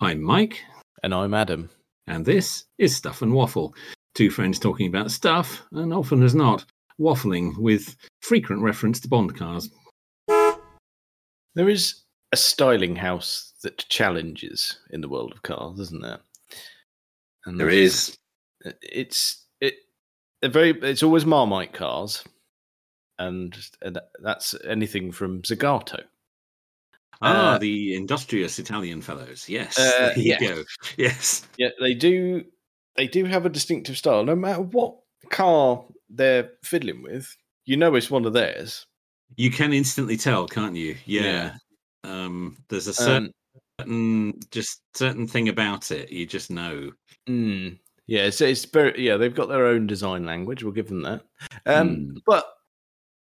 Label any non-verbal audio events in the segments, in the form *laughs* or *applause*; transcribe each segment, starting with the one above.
I'm Mike, And I'm Adam. and this is Stuff and Waffle. Two friends talking about stuff, and often as not, waffling with frequent reference to Bond cars. There is a styling house that challenges in the world of cars, isn't there? And There is. It's it. They're very. It's always Marmite cars, and, and that's anything from Zagato. Ah, Uh, the industrious Italian fellows. Yes. Uh, there you yeah. go. Yes. Yeah, they do. They do have a distinctive style. No matter what car they're fiddling with, you know it's one of theirs. You can instantly tell, can't you? Yeah. Yeah. Um, there's a certain, Um, just certain thing about it. You just know. mm, yeah, so it's very. Yeah, they've got their own design language. We'll give them that. Um, Hmm. but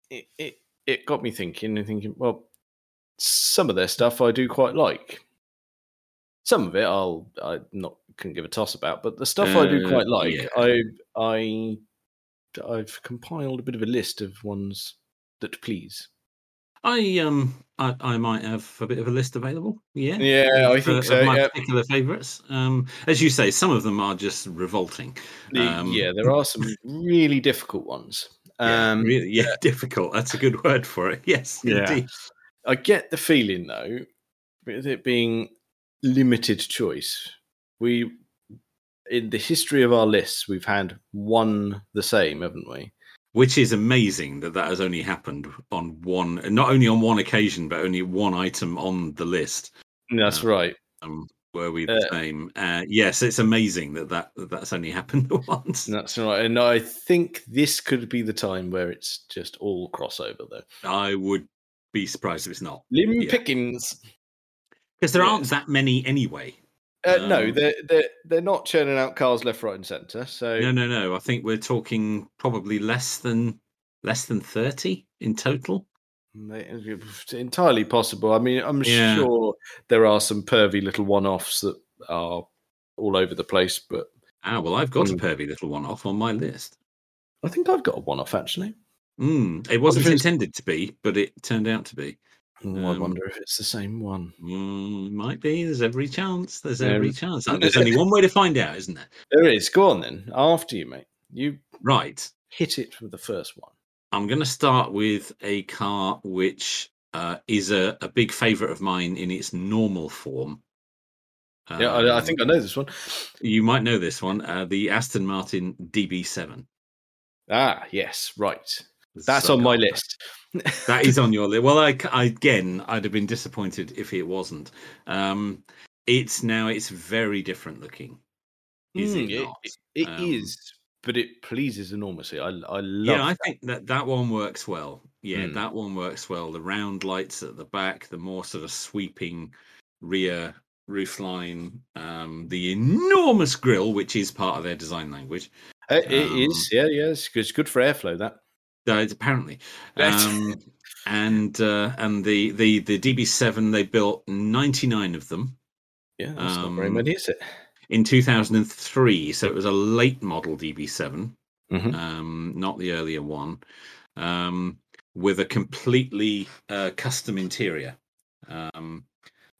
it, it it got me thinking and thinking. Well, some of their stuff I do quite like. Some of it I'll I not can give a toss about, but the stuff I do Uh, quite like, yeah. I I I've compiled a bit of a list of ones that please. I um I, I might have a bit of a list available. Yeah. Yeah, I think of- uh, so. Of my Yeah, particular favourites. Um, as you say, some of them are just revolting. *laughs* The- um, yeah, there are some really difficult ones. Yeah, Um, really, yeah, difficult. That's a good *laughs* word for it. Yes, Yeah. indeed. I get the feeling though, with it being limited choice, we in the history of our lists we've had one the same, haven't we? Which is amazing that that has only happened on one, not only on one occasion, but only one item on the list. that's Yeah. right. Um, were we the Uh, same? Uh, yes, it's amazing that, that that that's only *laughs* happened once. That's right. And I think this could be the time where it's just all crossover though. I would be surprised if it's not, Lim Yeah. Pickens. because there Yeah. aren't that many anyway. Uh, no, Um, they're they're they're not churning out cars left, right, and centre. So No, no, no. I think we're talking probably less than less than thirty in total. They- It's entirely possible. I mean, I'm Yeah. sure there are some pervy little one-offs that are all over the place, but Ah, well, I've got a Mm. pervy little one off on my list. I think I've got a one-off actually. Mm, it wasn't it's- intended to be, but it turned out to be. Oh, I Um, wonder if it's the same one. Mm, might be. There's every chance. There's Um, every *laughs* chance. Uh, There's only one way to find out, isn't there? There it is. Go on then. After you, mate. You Right. hit it with the first one. I'm going to start with a car which uh, is a, a big favorite of mine in its normal form. yeah, I, I Um, think I know this one. you might know this one. Uh, the Aston Martin DB7. Ah, yes, right. That's on my Sucker. list. *laughs* That is on your list. Well, I, c- I- again, I'd have been disappointed if it wasn't. Um, it's now it's very different looking. Is Mm, it it- not? It is, Um, but it pleases enormously. I, I love. yeah, I think that that one works well. Yeah, Mm. that one works well. The round lights at the back, the more sort of sweeping rear roofline, um, the enormous grill, which is part of their design language. that. Uh, um, it is. Yeah, yeah. It's good, it's good for airflow. That. Uh, it's apparently, That's- um, and uh, and the the the DB7 they built 99 of them. Yeah, that's not very Um, many, is it? in 2003 so it was a late model db7 Mhm. um not the earlier one um with a completely uh, custom interior um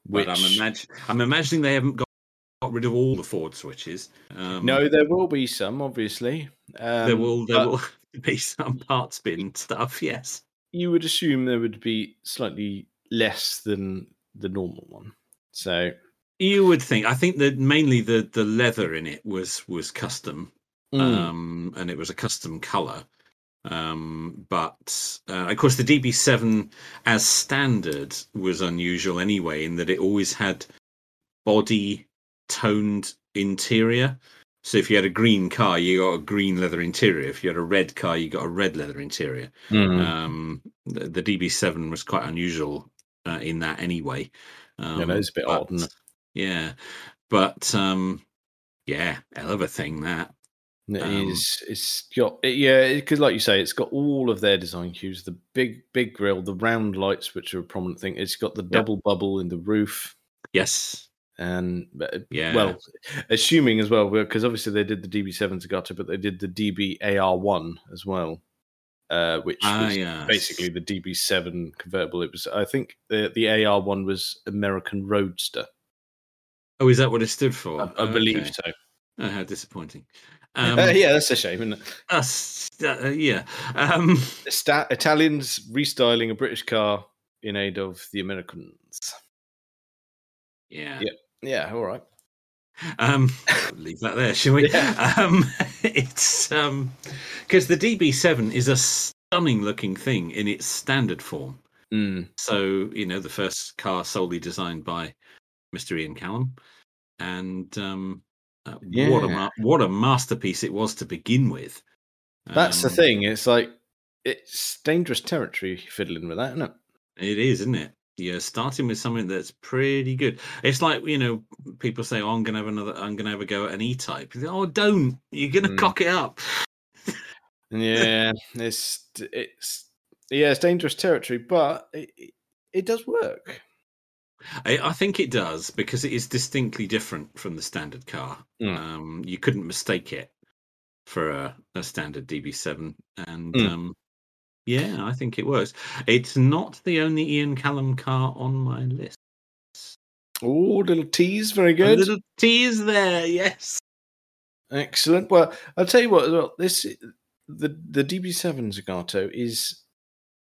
Which but i'm imag- i'm imagining they haven't got, got rid of all the ford switches um no, there will be some, obviously. Um, there will there but will *laughs* be some parts bin stuff yes You would assume there would be slightly less than the normal one. So you would think i think that mainly the the leather in it was was custom mm, um, and it was a custom color. Um, but uh, of course, the DB7 as standard was unusual anyway, in that it always had body toned interior. So if you had a green car, you got a green leather interior. If you had a red car, you got a red leather interior. mm. Um, the, the DB7 was quite unusual uh, in that anyway. Um, yeah, no, it's a bit odd. but- Isn't it? Yeah, but um, yeah, hell of a thing that. And it um, is- It's got it, yeah, because like you say, it's got all of their design cues. The big, big grill, the round lights, which are a prominent thing. It's got the double bubble in the roof, Yes. and but- uh, Yeah. well, assuming as well, because obviously they did the DB7 Zagato, but they did the DBAR1 as well, uh, which Ah, was yes. basically the DB7 convertible. It was, I think, the, the AR1 was American Roadster. Oh, is that what it stood for? I, I believe Oh, Okay. so. Oh, how *laughs* disappointing. Uh, Um, yeah, that's a shame, isn't it? us- uh, yeah. Um, Sta- Italians restyling a British car in aid of the Americans. yeah. Yeah, all right. Um, *laughs* leave that there, shall we? Yeah. Um, *laughs* it's because the DB7 is a stunning looking thing in its standard form. Hmm. Mm. So you know, the first car solely designed by Mr. Ian Callum, and um, uh, what a Yeah. ma- what a masterpiece it was to begin with. That's Um, the thing. It's like it's dangerous territory fiddling with that, *laughs* isn't it? It is, isn't it? You're starting with something that's pretty good. It's like you know, people say, "Oh, I'm gonna have another. I'm gonna have a go at an E-type." You say, Oh, don't! You're gonna Mm. cock it up. Yeah, it's it's yeah, it's dangerous territory, but it, it- it does work. I, I think it does because it is distinctly different from the standard car. Mm. Um, you couldn't mistake it for a, a standard DB7, and Mm. um, yeah, I think it works. It's not the only Ian Callum car on my list. Oh, little tease, very A good, little tease there, yes. excellent. Well, I'll tell you what. as Well, this the the DB7 Zagato is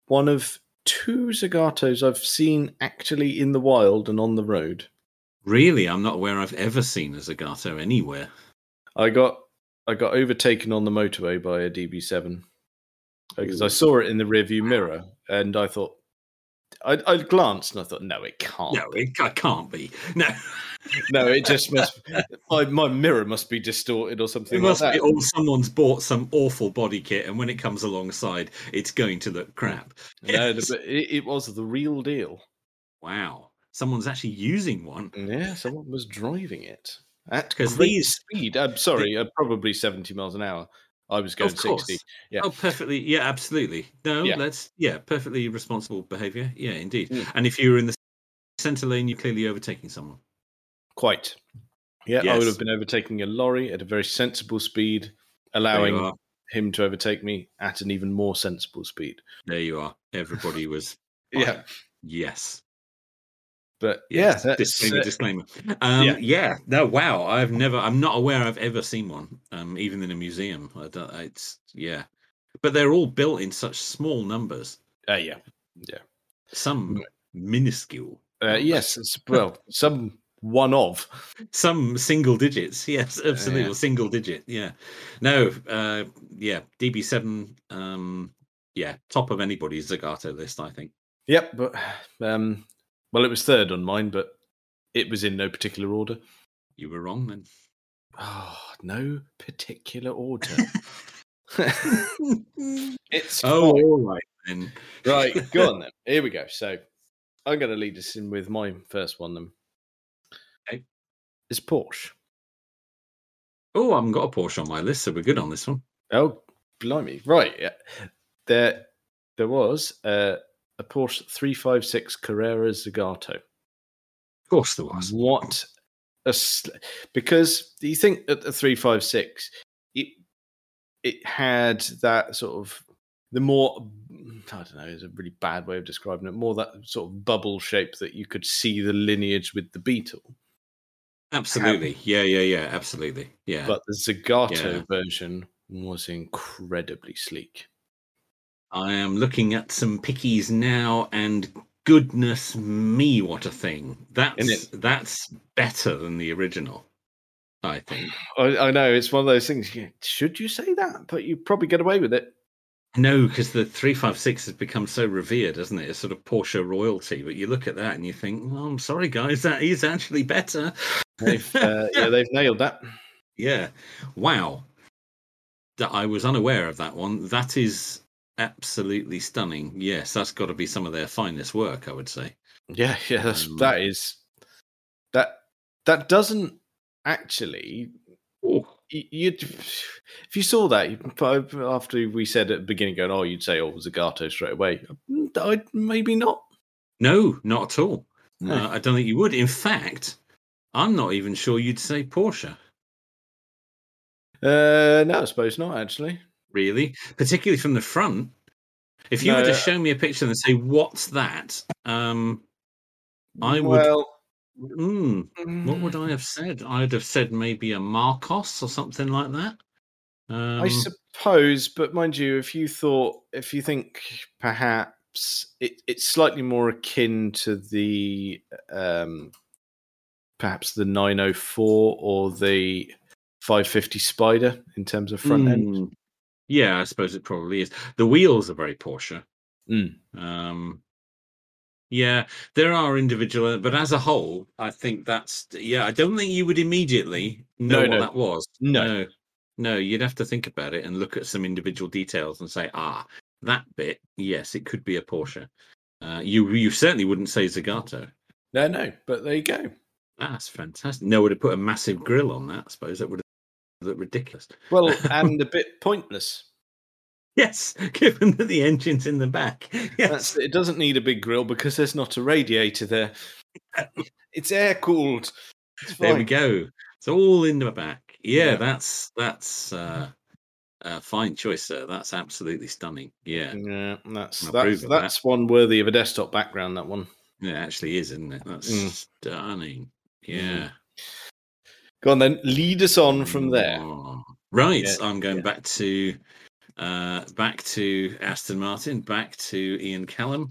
one of two Zagatos I've seen actually in the wild and on the road. Really, I'm not aware I've ever seen a Zagato anywhere. I got I got overtaken on the motorway by a DB7 because Uh, I Ooh. saw it in the rearview mirror, and I thought I, I glanced and I thought, no, it can't. No, it, I can't be. No, *laughs* no, it just must. My my mirror must be distorted or something. it must like be. that. Or someone's bought some awful body kit, and when it comes alongside, it's going to look crap. *laughs* No, but it, it was the real deal. Wow, someone's actually using one. Mm, Yeah, someone was driving it at 'Cause great these- speed. I'm sorry, uh, probably seventy miles an hour. I was going Of course. sixty. Yeah. Oh, perfectly. Yeah, absolutely. No, Yeah. that's yeah, perfectly responsible behaviour. Yeah, indeed. Mm. And if you were in the centre lane, you're clearly overtaking someone. Quite. Yeah, I Yes. would have been overtaking a lorry at a very sensible speed, There you allowing are. him to overtake me at an even more sensible speed. There you are. Everybody was. *laughs* Yeah, fine. Yes. but yeah, yes. that's disclaimer. uh, disclaimer. Um, yeah. yeah. No. Wow. I've never. I'm not aware I've ever seen one. Um, even in a museum. I don't, it's yeah. But they're all built in such small numbers. uh, yeah. Some minuscule. Uh, numbers. yes, it's, well, some one of. some single digits *laughs* yes absolutely yeah. or single digit yeah no uh yeah db7 um yeah top of anybody's zagato list i think Yep, but um, well, it was third on mine, but it was in no particular order. you were wrong *laughs* then *laughs* Oh, no particular *laughs* order. it's oh fine. all right then right. Go on then. Here we go. So I'm going to lead us in with my first one. Then Okay. it's Porsche. oh i haven't got a porsche on my list so we're good on this one Oh, blimey! Right. Yeah. There, there was uh, a Porsche 356 Carrera Zagato. of course there was What a sl- because you think that the three five six, it it had that sort of the more I don't know is a really bad way of describing it more that sort of bubble shape that you could see the lineage with the Beetle, absolutely yeah yeah yeah absolutely yeah but the Zagato Yeah. version was incredibly sleek. i am looking at some pickies now and goodness me what a thing that's that's better than the original i think I, I know it's one of those things. you- Should you say that? But you probably get away with it. No, because the 356 has become so revered, hasn't it? It's sort of Porsche royalty. But you look at that and you think, well, I'm sorry, guys, that is actually better. *laughs* They've, uh, yeah, they've nailed that. Yeah. Wow. That I was unaware of that one. That is absolutely stunning. Yes, that's got to be some of their finest work, I would say. Yeah, *laughs* yeah, that's, Um, that is that that doesn't actually. Oh, You, you'd *sighs* if you saw that you'd prob- after we said at the beginning, going, "Oh, you'd say oh Zagato straight away." Mm, I maybe not. no, not at all. No. Uh, I don't think you would. In fact, I'm not even sure you'd say Porsche. Uh, no, I suppose not. Actually, really, particularly from the front. If you were No. to show me a picture and say, "What's that?" Um, I would well, hmm. Mm, what would I have said? I'd have said maybe a Marcos or something like that. Um, I suppose, but mind you, if you thought, if you think perhaps it, it's slightly more akin to the um, perhaps the 904 or the 550 Spider in terms of front end. mm, yeah, I suppose it probably is. The wheels are very Porsche. Mm. Um, yeah, there are individual, but as a whole, I think that's yeah. I don't think you would immediately know No, what no. that was. No. no, no, you'd have to think about it and look at some individual details and say, ah, that bit, yes, it could be a Porsche. Uh, you you certainly wouldn't say Zagato. No, no, but there you go. That's fantastic. No, would have put a massive grill on that. I suppose that would have looked ridiculous. Well, and a bit pointless. *laughs* Yes, given that the engine's in the back. *laughs* Yes, That's, it doesn't need a big grill because there's not a radiator there. *coughs* it's air cooled. It's there we fine. go. It's all in the back. Yeah, Yeah. that's that's uh, a fine choice, sir. That's absolutely stunning. Yeah, Yeah, that's I'll that's prove it, that. that's one worthy of a desktop background. That one. it actually is, isn't it? That's Mm. stunning. Mm. Yeah. Go on then, lead us on from there. Oh. Right, Yeah, I'm going yeah. back to uh, back to Aston Martin, back to Ian Callum,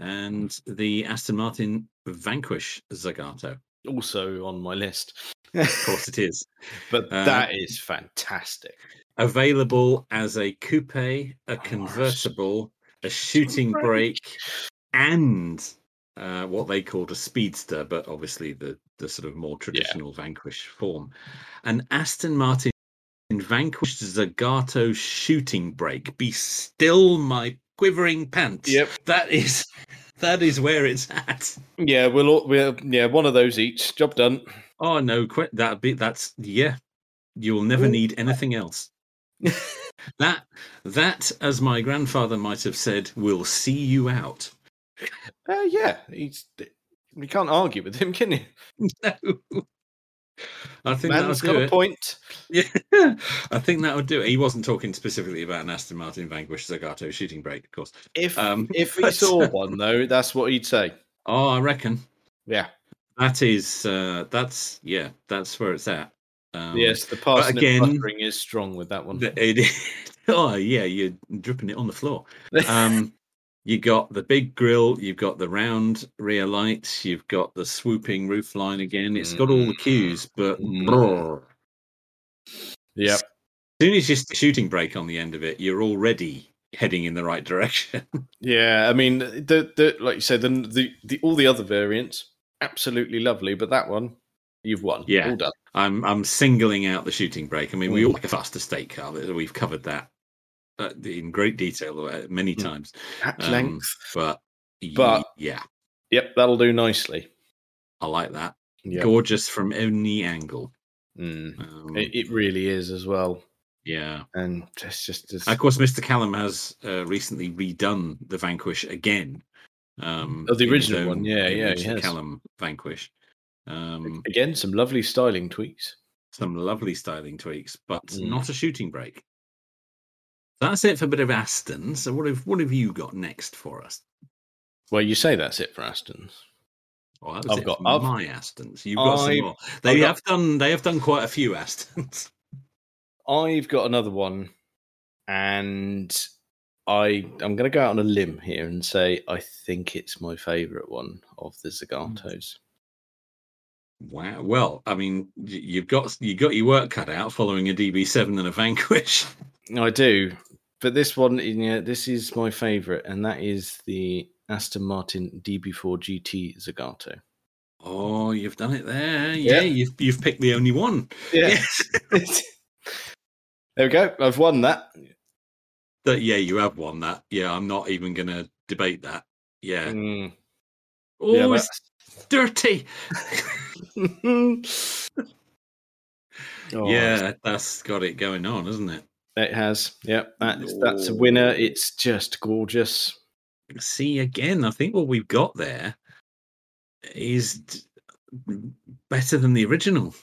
and the Aston Martin Vanquish Zagato. Also on my list, *laughs* Of course, it is but Uh, that is fantastic. available as a coupe, a convertible, a shooting brake, and uh, what they called a speedster, but obviously the the sort of more traditional Vanquish form, an Aston Martin Vanquish Zagato shooting brake. Be still, my quivering pants. Yep. that is *laughs* that is where it's at. Yeah, we'll all, we'll yeah one of those each. Job done. Oh no, quit that be that's yeah. You'll never Ooh. need anything *laughs* else. that that, as my grandfather might have said, will see you out. *laughs* Uh, yeah, he's you can't argue with him, can you? No. I think that'll Man's do got a it. point. Yeah. *laughs* I think that'll do it. He wasn't talking specifically about an Aston Martin Vanquish Zagato shooting brake, of course. If Um, *laughs* if *laughs* he but- saw one though, that's what he'd say. Oh, I reckon Yeah. that is uh that's yeah, that's where it's at. Um, yes, the parsnip again- buttering is strong with that one. th- *laughs* it- *laughs* oh yeah, you're dripping it on the floor. *laughs* um, you got the big grill, you've got the round rear lights, you've got the swooping roof line again. It's got all the cues, but Mm. brrr. yeah. as soon as you stick shooting brake on the end of it, you're already heading in the right direction. *laughs* Yeah, I mean, the, the like you said, the, the the all the other variants absolutely lovely, but that one you've won. Yeah. all done. I'm I'm singling out the shooting brake. I mean, Mm. we all like a faster state car. but We've covered that uh, in great detail uh, many Mm. times, At Um, length. but But- yeah, Yep, that'll do nicely. I like that. Yeah, Gorgeous from any angle. Mm. Um, It, it really is as well, yeah. and it's just as Of course, Mr. Callum has uh, recently redone the Vanquish again. Um, Oh, the in his original one, yeah, in yeah, Mr. he has. Callum Vanquish. Um, again some lovely styling tweaks. some lovely styling tweaks, but Mm. not a shooting break. That's it for a bit of Aston. So, what have what have you got next for us? Well, you say that's it for Aston's. Well, that was I've it got- for I've- my Astons. You've got some I've- more. They got- have done. They have done quite a few Astons. *laughs* I've got another one, and I I'm going to go out on a limb here and say I think it's my favourite one of the Zagatos. wow. Well, I mean, y- you've got you got your work cut out following a DB7 and a Vanquish. I do, but this one, yeah, this is my favourite, and that is the Aston Martin DB4 GT Zagato. Oh, you've done it there. Yeah, Yeah. you've you've picked the only one. Yes. there we go. I've won that. That yeah, you have won that. Yeah, I'm not even gonna debate that. Yeah. Mm, Oh, yeah, it's dirty. that's- *laughs* Oh, yeah, that's got it going on, isn't it? it has. Yep, that's that's a winner. It's just gorgeous. See again, I think what we've got there is d- better than the original.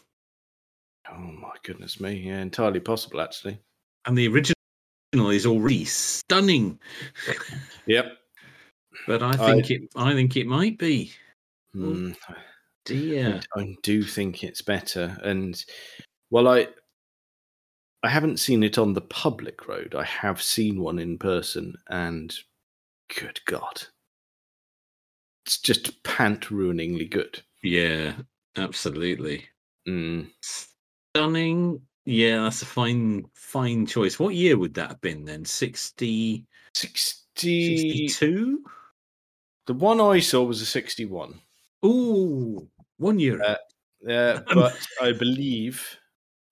Oh my goodness me! Yeah, entirely possible actually. And the original is already stunning. Yep. But I I- think it I think it might be. Mm, dear. I do think it's better. And well, I I haven't seen it on the public road. I have seen one in person, and good God, it's just pant ruiningly good. Yeah, absolutely. Mm. Stunning. Yeah, that's a fine, fine choice. What year would that have been then? 60, 60, 62? The one I saw was a 61. Ooh, one year. Uh, Yeah, but I believe,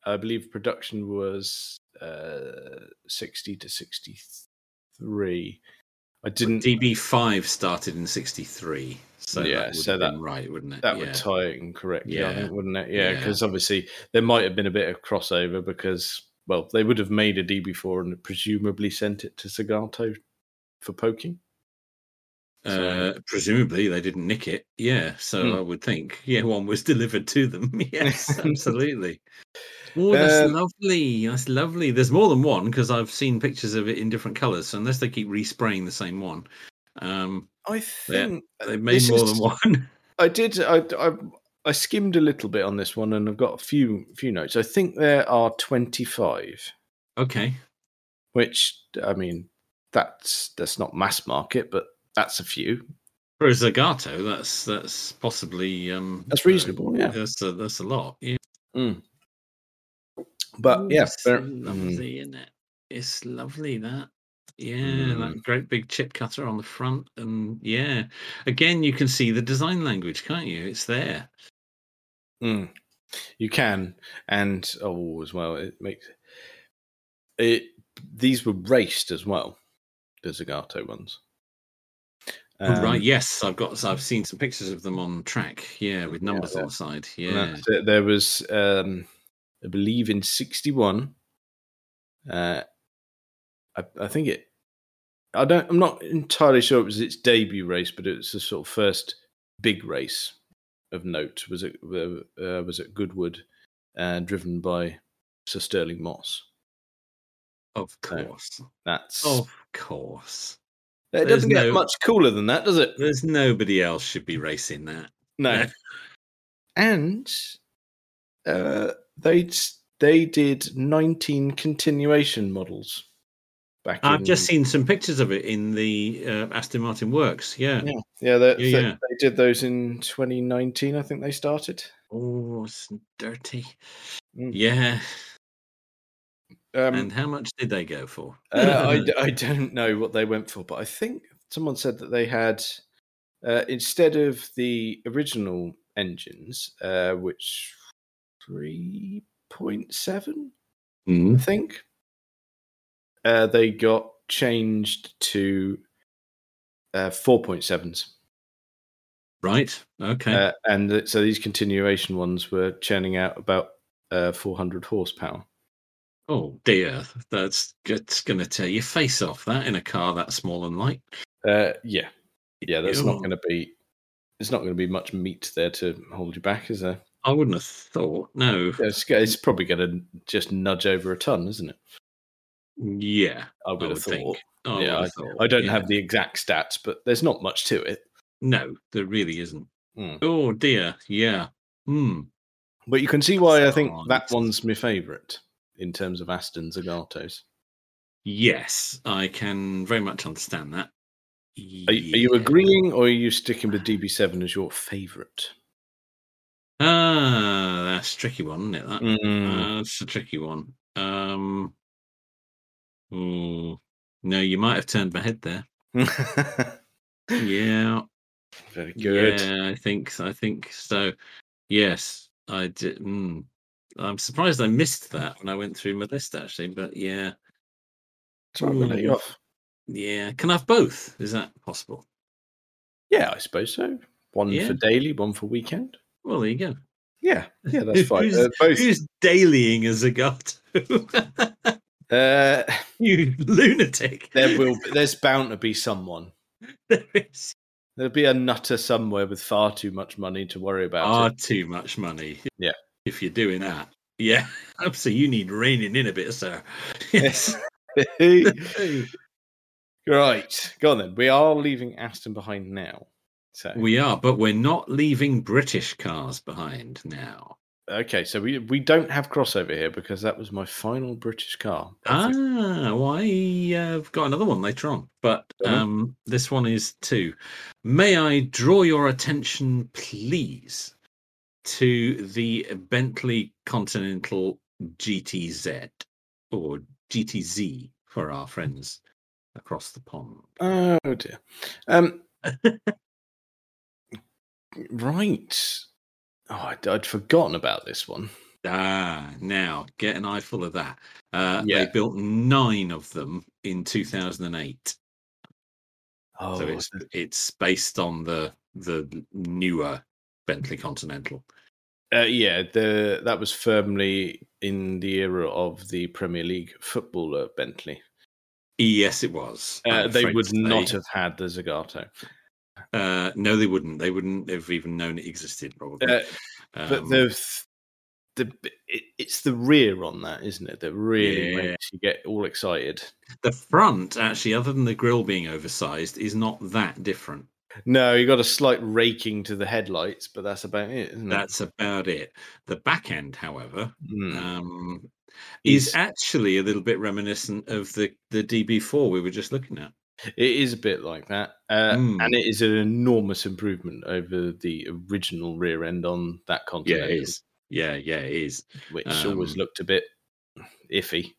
I believe production was uh, 60 to 63. I didn't. DB5 started in 63. So Yeah, that would so have that- been right, wouldn't it? That yeah. would tie it in correctly, I Yeah. think, wouldn't it? Yeah, Yeah. because obviously there might have been a bit of crossover because, well, they would have made a DB4 and presumably sent it to Segato for poking. Uh, presumably they didn't nick it. Yeah, so Hmm. I would think. Yeah, one was *laughs* delivered to them. *laughs* Yes, absolutely. Oh, that's Uh, lovely. That's lovely. There's more than one because I've seen pictures of it in different colours. So unless they keep respraying the same one, um, I think uh, they've made this more is- than one. *laughs* I did. I, I I skimmed a little bit on this one, and I've got a few few notes. I think there are twenty five, okay. which I mean, that's that's not mass market, but that's a few. For a Zagato, that's that's possibly um, That's uh, reasonable, yeah. That's a, that's a lot. Yeah. But Ooh, yeah, it's fair- mm, lovely, isn't it? It's lovely that. Yeah, that Mm. great big chip cutter on the front, and yeah, again you can see the design language, can't you? It's there. mm. you can, and oh, as well, it makes it. These were raced as well, the Zagato ones. Oh, right. Um, Yes, I've got. I've seen some pictures of them on track. Yeah, with Yeah, numbers yeah. on the side. And Yeah. that's it. There was, um, I believe, in '61. Uh, I, I think it. I don't. I'm not entirely sure it was its debut race, but it was the sort of first big race of note. Was it uh, was at Goodwood, uh, driven by Sir Sterling Moss. Of course. That's Of course. it. Oh, there's Doesn't get no- much cooler than that, does it? There's nobody else should be racing that. No. and uh, they they did 19 continuation models back. I've in- just seen some pictures of it in the uh, Aston Martin Works. Yeah. Yeah, yeah, they, Yeah, they- yeah. they did those in 2019. I think they started. Oh, it's dirty. Mm. Yeah. Um, and how much did they go for? *laughs* uh, I d- I, don't know what they went for, but I think someone said that they had uh, instead of the original engines, uh, which 3.7 I think. Uh, they got changed to uh, 4.7s. Right. Okay. Uh, and th- so these continuation ones were churning out about uh, 400 horsepower. oh dear, that's it's going to tear your face off. That in a car that small and light. Uh, yeah. Yeah, that's not Ew. going to be. There's not going to be much meat there to hold you back, is there? I wouldn't have thought. No. Yeah, It's, go- it's probably going to just nudge over a ton, isn't it? Yeah. I would I have would think. I thought. yeah, would I, have thought, I don't yeah. have the exact stats, but there's not much to it. No, there really isn't. Mm. Oh dear. Yeah. Hmm. But you can see why I think Can't. that one's my favourite in terms of Aston's Agatos. Yes, I can very much understand that. Are, y- are you Yeah. agreeing or are you sticking with DB7 as your favourite? Ah, that's a tricky one, isn't it? That Mm. Uh, that's a tricky one. Um, ooh, no, you might have turned my head there. Yeah, *laughs* Very *laughs* good. Yeah, I think I think so. Yes, I did. Mm, I'm surprised I missed that when I went through my list actually. But yeah, So I'm gonna let you Ooh. off. yeah, can I have both? Is that possible? Yeah, I suppose so. One Yeah. for daily, one for weekend. Well, there you go. Yeah, *laughs* yeah, that's fine. Who's- Uh, both. Who's dailying a Zagato? Uh, *laughs* you lunatic! there will. Be, there's bound to be someone. *laughs* There is There'll be a nutter somewhere with far too much money to worry about. far it. Ah, too much money. Yeah. If you're doing that. Yeah. *laughs* Absolutely. You need reining in a bit, sir. *laughs* Yes. *laughs* right, go on then. We are leaving Aston behind now. So We are, but we're not leaving British cars behind now. okay, so we we don't have crossover here because that was my final British car. Ah, well, I uh, have got another one later on, but Go on. um, this one is two. May I draw your attention, please, to the Bentley Continental GTZ or GTZ for our friends across the pond? Oh dear. *laughs* Um, right. Oh, I'd, I'd forgotten about this one. Ah, now get an eyeful of that. Uh, Yeah. They built nine of them in 2008, Oh, so it's it's based on the the newer Bentley Continental. uh, yeah. The that was firmly in the era of the Premier League footballer Bentley. Yes, it was. Uh, I'm they afraid would to not say. have had the Zagato. Uh, no, they wouldn't. They wouldn't have even known it existed, probably. Uh, but Um, the the it, it's the rear on that, isn't it? That really Yeah. makes you get all excited. the front, actually, other than the grill being oversized, is not that different. No, you got a slight raking to the headlights, but that's about it, isn't it? That's about it. The back end, however, Mm. um, is Is- actually a little bit reminiscent of the the DB4 we were just looking at. It is a bit like that, uh, Mm. and it is an enormous improvement over the original rear end on that Continental, Yeah, yeah, it is. which always Um, looked a bit iffy.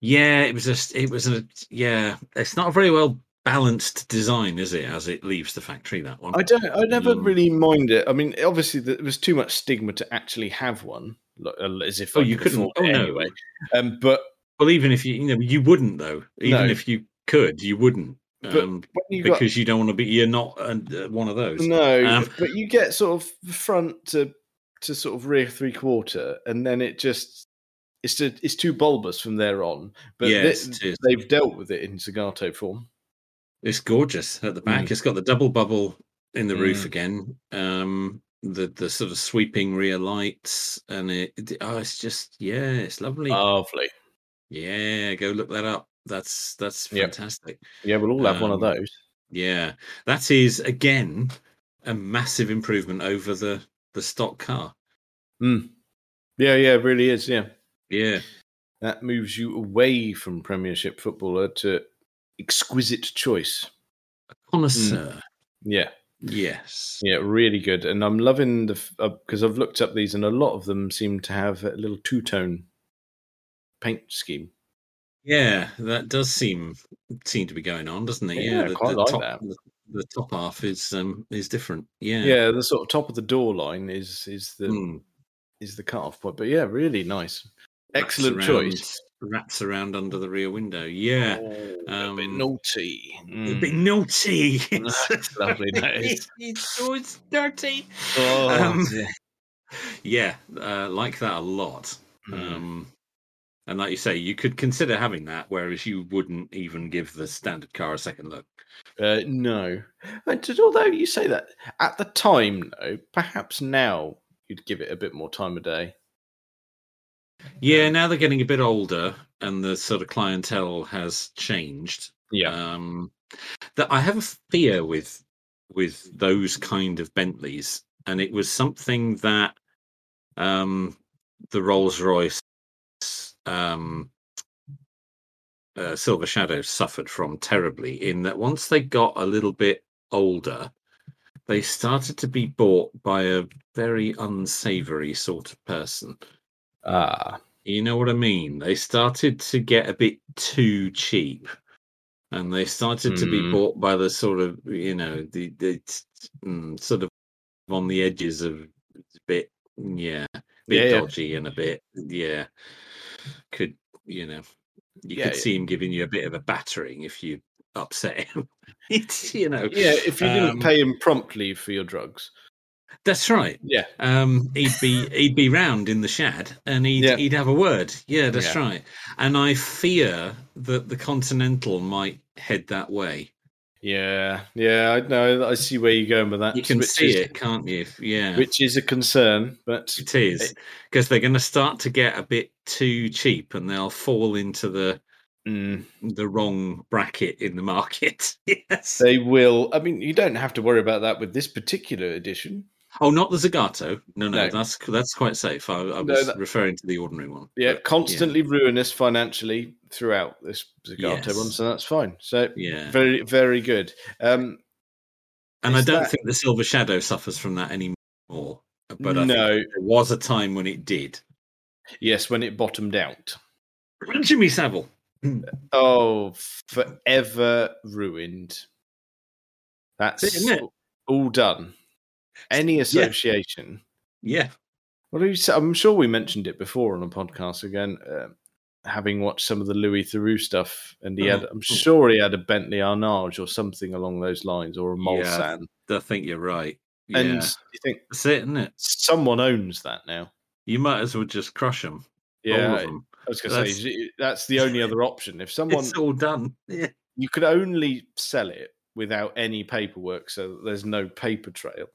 Yeah, it was just it was a yeah. It's not a very well balanced design, is it? As it leaves the factory, that one. I don't. I never Mm. really mind it. I mean, obviously, there was too much stigma to actually have one, like, uh, as if Oh, I you could couldn't- afford oh, it no. anyway. Um, but Well, even if you, you know, you wouldn't though. Even No. if you could, you wouldn't, But um, when you got because you don't want to be. You're not uh, one of those. No, Um, but you get sort of the front to to sort of rear three quarter, and then it just it's to, it's too bulbous from there on. But thi- Yes, it is. they've dealt with it in Zagato form. It's gorgeous at the back. Mm. It's got the double bubble in the Mm. roof again. Um, the the sort of sweeping rear lights, and it, it- oh, it's just yeah, it's lovely. Oh, Lovely. yeah, go look that up. That's that's Yep. fantastic. Yeah, we'll all have one of Um, those. Yeah, that is again a massive improvement over the the stock car. Mm. Yeah, yeah, it really is. Yeah, Yeah, that moves you away from Premiership footballer to exquisite choice. connoisseur. Mm. Yeah, Yes. yeah, really good. And I'm loving the because I've looked up these, and a lot of them seem to have a little two tone paint scheme. Yeah, that does seem seem to be going on, doesn't it? Yeah, I quite like top, that. The, the top half is um is different. Yeah. yeah the sort of top of the door line is is the Mm, is the cut off point but yeah really nice wraps excellent around- choice Wraps around under the rear window. Yeah. Oh, a bit um, naughty A Mm. bit naughty. *laughs* That's lovely that is. *laughs* it's always dirty. *laughs* oh, um, dear. *laughs* Yeah, uh, like that a lot. Mm. Um, and like you say, you could consider having that, whereas you wouldn't even give the standard car a second look. Uh, no And did- although you say that at the time though perhaps now you'd give it a bit more time of day Yeah, Um, now they're getting a bit older, and the sort of clientele has changed. um that i have a fear with with those kind of bentleys and it was something that um the rolls royce um uh, silver shadow suffered from terribly in that once they got a little bit older they started to be bought by a very unsavory sort of person ah you know what I mean? They started to get a bit too cheap, and they started to be Mm. bought by the sort of you know the the t- mm, sort of on the edges of a bit yeah, a Yeah, bit yeah. dodgy and a bit yeah. Could you know? You Yeah, could yeah. see him giving you a bit of a battering if you upset him. *laughs* it's you know yeah if you um, didn't pay him promptly for your drugs that's right. yeah Um, he'd be he'd be round in the shad, and he'd Yeah. he'd have a word. Yeah, that's Yeah. right. And I fear that the Continental might head that way. yeah yeah i know i see where you're going with that You can which see is- it, can't you? Yeah, which is a concern. But it is because they're going to start to get a bit too cheap, and they'll fall into the Mm. the wrong bracket in the market. *laughs* yes. They will. I mean, you don't have to worry about that with this particular edition. Oh, not the Zagato. No, no, No. that's that's quite safe. I, I No, was that- referring to the ordinary one. Yeah, But, constantly ruinous financially throughout this Zagato Yes. one, so that's fine. So Yeah, very, very good. Um, and I is don't that- think the Silver Shadow suffers from that anymore. But I think no, there was a time when it did. yes, when it bottomed out. Jimmy Savile. Oh, forever ruined. That's Isn't it? all done. Any association. Yeah, Well, you said- I'm sure we mentioned it before on a podcast again. Uh, having watched some of the Louis Theroux stuff, and he had, Oh, I'm cool. sure he had a Bentley Arnage or something along those lines, or a Molson. I think you're right. Yeah, And you think that's it, isn't it? someone owns that now? You might as well just crush them. all of Yeah, them. I was going to say that's the only other option. If someone It's all done. Yeah. you could only sell it without any paperwork, so that there's no paper trail.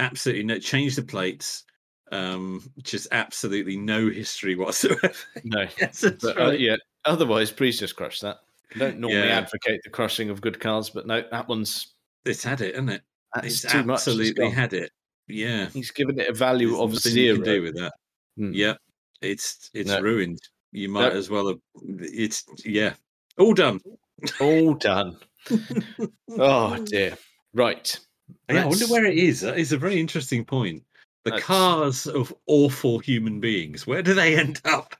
absolutely no change the plates um just absolutely no history whatsoever *laughs* No, yes, *laughs* that's but, uh, right. yeah. Otherwise, please just crush that. I don't normally Yeah. advocate the crushing of good cars, but no, that one's it's had it isn't it That it's is too much. He's absolutely gone. had it yeah He's given it a value There's of nothing zero. you can do with that Mm. yeah it's it's No. ruined you might No. as well have it's yeah all done *laughs* All done. Oh *laughs* dear. Right. Yeah, i wonder That's- where it is that is a very interesting point the That's- cars of awful human beings where do they end up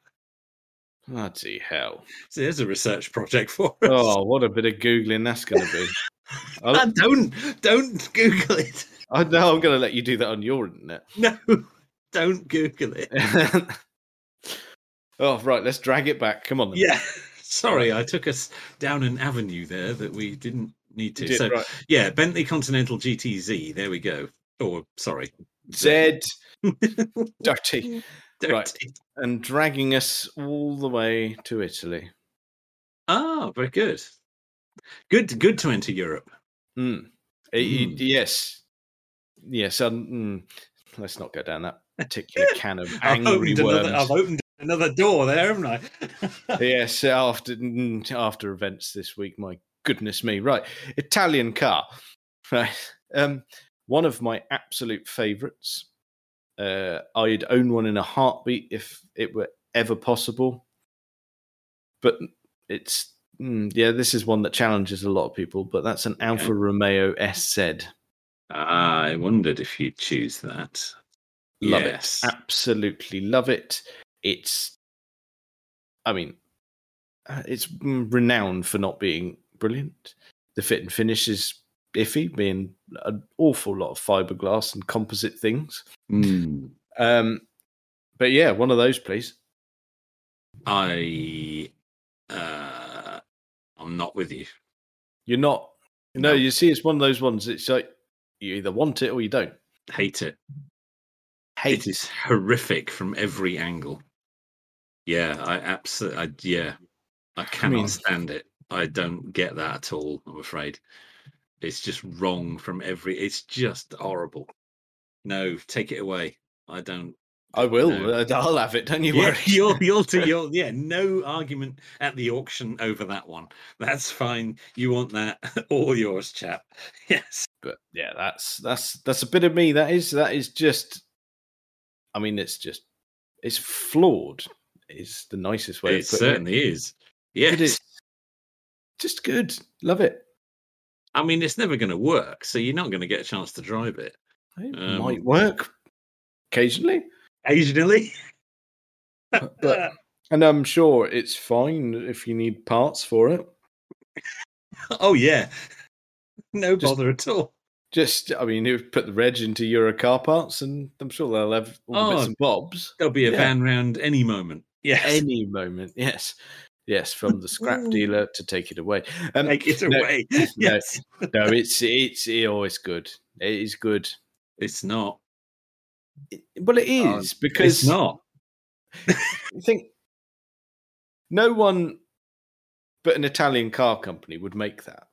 *laughs* Bloody hell. so there's a research project for us Oh, what a bit of googling that's going *laughs* to be. I'll, And *laughs* don't don't google it *laughs* I know I'm going to let you do that on your internet. *laughs* No, don't Google it. oh right, let's drag it back. Come on. Then. Yeah. *laughs* Sorry, I took us down an avenue there that we didn't need to. You did, so, right. yeah, Bentley Continental GTZ. There we go. Or, sorry. Zed dirty Right. dirty. and dragging us all the way to Italy. Ah, very good. Good good to enter Europe. Mm. Y- y- Mm. Yes. Yes. Um, mm. Let's not go down that particular can of angry I've, opened worms. another, I've opened another door there, haven't I? yes. After mm, after events this week, my goodness me. Right, Italian car. Right. Um, one of my absolute favourites. Uh, I'd own one in a heartbeat if it were ever possible. But it's mm, yeah, this is one that challenges a lot of people. But that's an Alfa Romeo SZ. I wondered if you'd choose that. Uh, Love Yes. it. Absolutely love it. It's, I mean, uh, it's mm, renowned for not being brilliant. The fit and finish is iffy, being an awful lot of fiberglass and composite things. Mm. Um, but yeah, one of those, please. I, uh, I'm not with you. You're not. No, No. you see, it's one of those ones. It's like you either want it or you don't. Hate it. Hate It is horrific from every angle. Yeah, I absolutely, I, yeah, I cannot mean- stand it. I don't get that at all. I'm afraid it's just wrong from every. It's just horrible. No, take it away. I don't. I will. No. uh, *laughs* I'll have it. Don't you yeah, *laughs* worry. *laughs* you'll you'll do you'll yeah. No argument at the auction over that one. That's fine. You want that? *laughs* all yours, chap. *laughs* Yes. but yeah, that's that's that's a bit of me. That is that is just. I mean, it's just it's flawed. Is the nicest way it of putting certainly is. it. Yes. It is just good. Love it. I mean, it's never going to work, so you're not going to get a chance to drive it. It Um, might work occasionally, Occasionally. *laughs* but and I'm sure it's fine if you need parts for it. oh yeah, *laughs* no Just- bother at all. Just, I mean, you put the reg into Euro car parts, and I'm sure they'll have all the Oh. bits and bobs. There'll be a Yeah. van round any moment. Yes, Any moment, yes, yes, from the scrap dealer to take it away. *laughs* Um, take it *laughs* no, away. *laughs* yes, no, it's it's it, oh, it's good. It is good. it's not. It, well, it Oh, is because It's not. you think no one but an Italian car company would make that.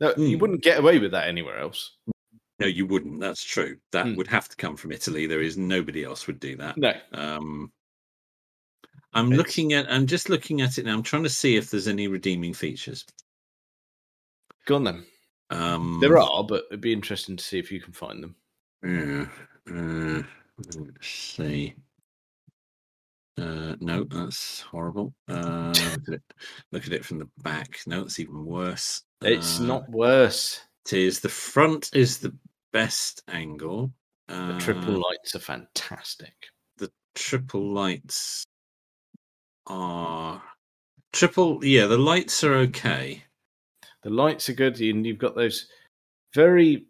No, you Hmm. wouldn't get away with that anywhere else. No, you wouldn't. That's true. That Mm. would have to come from Italy. There is nobody else would do that. No, Um, I'm It's- looking at. I'm just looking at it now. I'm trying to see if there's any redeeming features. Go on then. Um, There are, but it'd be interesting to see if you can find them. Yeah. Uh, let's see. Uh, no, that's horrible. Uh, look, at it, look at it from the back. No, it's even worse. It's Uh, not worse. It is the front is the best angle. Uh, The triple lights are fantastic. triple lights are triple. Yeah, the lights are okay. The lights are good, and you've got those very,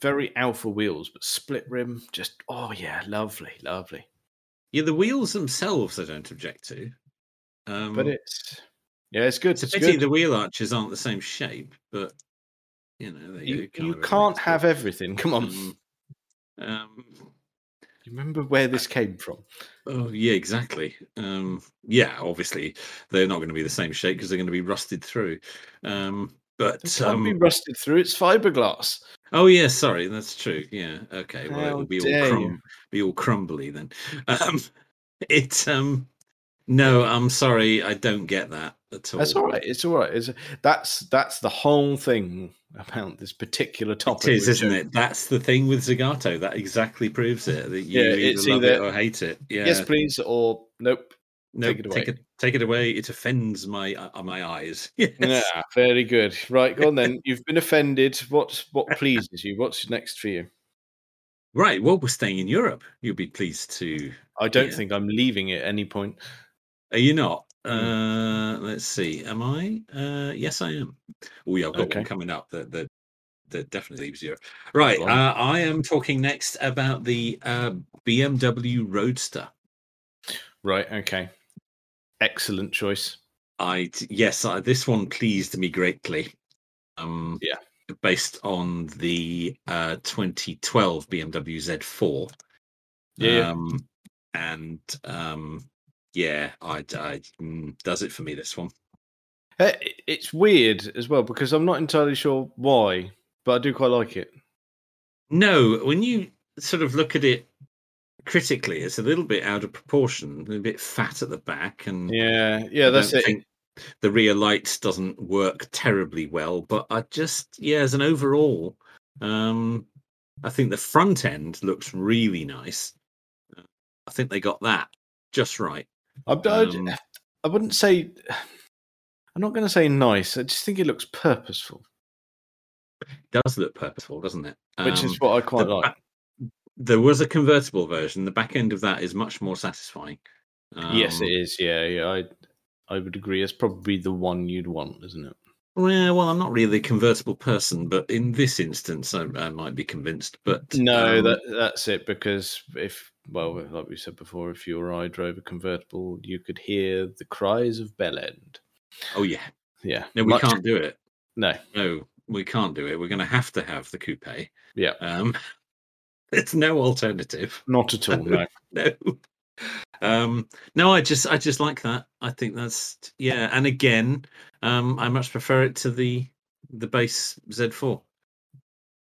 very alpha wheels, but split rim. Just oh yeah, lovely, lovely. Yeah, the wheels themselves I don't object to. Um, but it's yeah, it's good. It's a It's pity good. the wheel arches aren't the same shape, but you know, there you, you, go. you can't can't have have everything. Come on. everything. Um, um, You remember where this came from? oh yeah, exactly. Um, yeah, obviously they're not going to be the same shape because they're going to be rusted through. Um, It but can't be um, rusted through. It's fiberglass. oh yeah, sorry, that's true. Yeah, okay. Well, How it'll be dare all you. crum- be all crumbly then. Um, *laughs* it um, no, I'm sorry, I don't get that at all. That's all right. It's all right. It's, that's that's the whole thing about this particular topic. It is, we've isn't chosen. it? That's the thing with Zagato. That exactly proves it. That you Yeah, either it's love it either- or hate it. Yeah. Yes, please, or nope. No, take it Take away. it, take it away. It offends my uh, my eyes. *laughs* Yes. Yeah, very good. Right, go on *laughs* then. You've been offended. What what pleases you? What's next for you? Right. Well, we're staying in Europe. You'll be pleased to. I don't Yeah. think I'm leaving at any point. Are you not? Uh, Hmm. let's see. Am I? Uh, yes, I am. Oh, yeah. I've got Okay. one coming up that that that definitely leaves Europe. Right. on. Uh, I am talking next about the uh, BMW Roadster. Right, okay. Excellent choice. I t- yes, I, this one pleased me greatly. Um, Yeah. based on the uh, 2012 BMW Z4. Yeah, yeah. um, and um, yeah, I, I mm, does it for me this one. Eh, i- It's weird as well because I'm not entirely sure why, but I do quite like it. No, when you sort of look at it critically, it's a little bit out of proportion, a bit fat at the back, and Yeah, yeah, I that's don't it. think the rear lights doesn't work terribly well, but I just yeah, as an overall, um, I think the front end looks really nice. Uh, I think they got that just right. I, I, Um, I wouldn't say. I'm not going to say nice. I just think it looks purposeful, It does look purposeful, doesn't it? which Um, is what I quite the like. back- there was a convertible version. The back end of that is much more satisfying. yes, Um, it is. Yeah, yeah. I I would agree. It's probably the one you'd want, isn't it? Well, well, I'm not really a convertible person, but in this instance, I, I might be convinced. But No, um, that that's it. Because if well, like we said before, if you or I drove a convertible, you could hear the cries of Bell End. oh yeah, Yeah. no, we much- can't do it. No. no, we can't do it. We're going to have to have the coupe. Yeah. Um, *laughs* it's no alternative. *laughs* Not at all. No. No. Um, no, I just, I just like that. I think that's yeah. And again, um, I much prefer it to the the base Z4.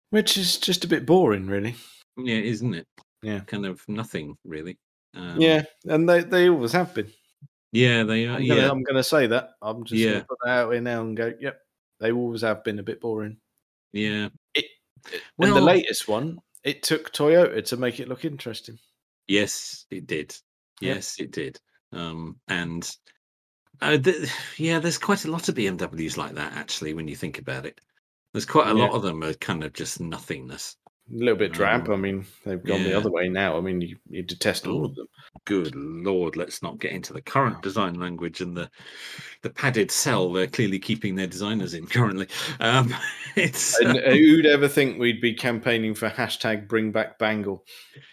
Which is just a bit boring, really. Yeah, isn't it? Yeah. kind of nothing really. Um, yeah, and they, they always have been. yeah, they are. I'm Uh, Yeah, gonna, I'm gonna say that. I'm just Yeah. gonna put that out here now and go. Yep, they always have been a bit boring. yeah. and Well- the latest one, it took Toyota to make it look interesting. Yes, it did. Yeah. Yes, it did. Um, and uh, th- *sighs* yeah, there's quite a lot of BMWs like that actually. When you think about it, there's quite a Yeah. lot of them are kind of just nothingness. A little bit drab. Um, I mean, they've gone the yeah. other way now. I mean, you, you detest all of them. Good lord, let's not get into the current design language and the the padded cell they're clearly keeping their designers in *laughs* currently. Um, *laughs* it's And uh, who'd ever think we'd be campaigning for hashtag Bring Back Bangle?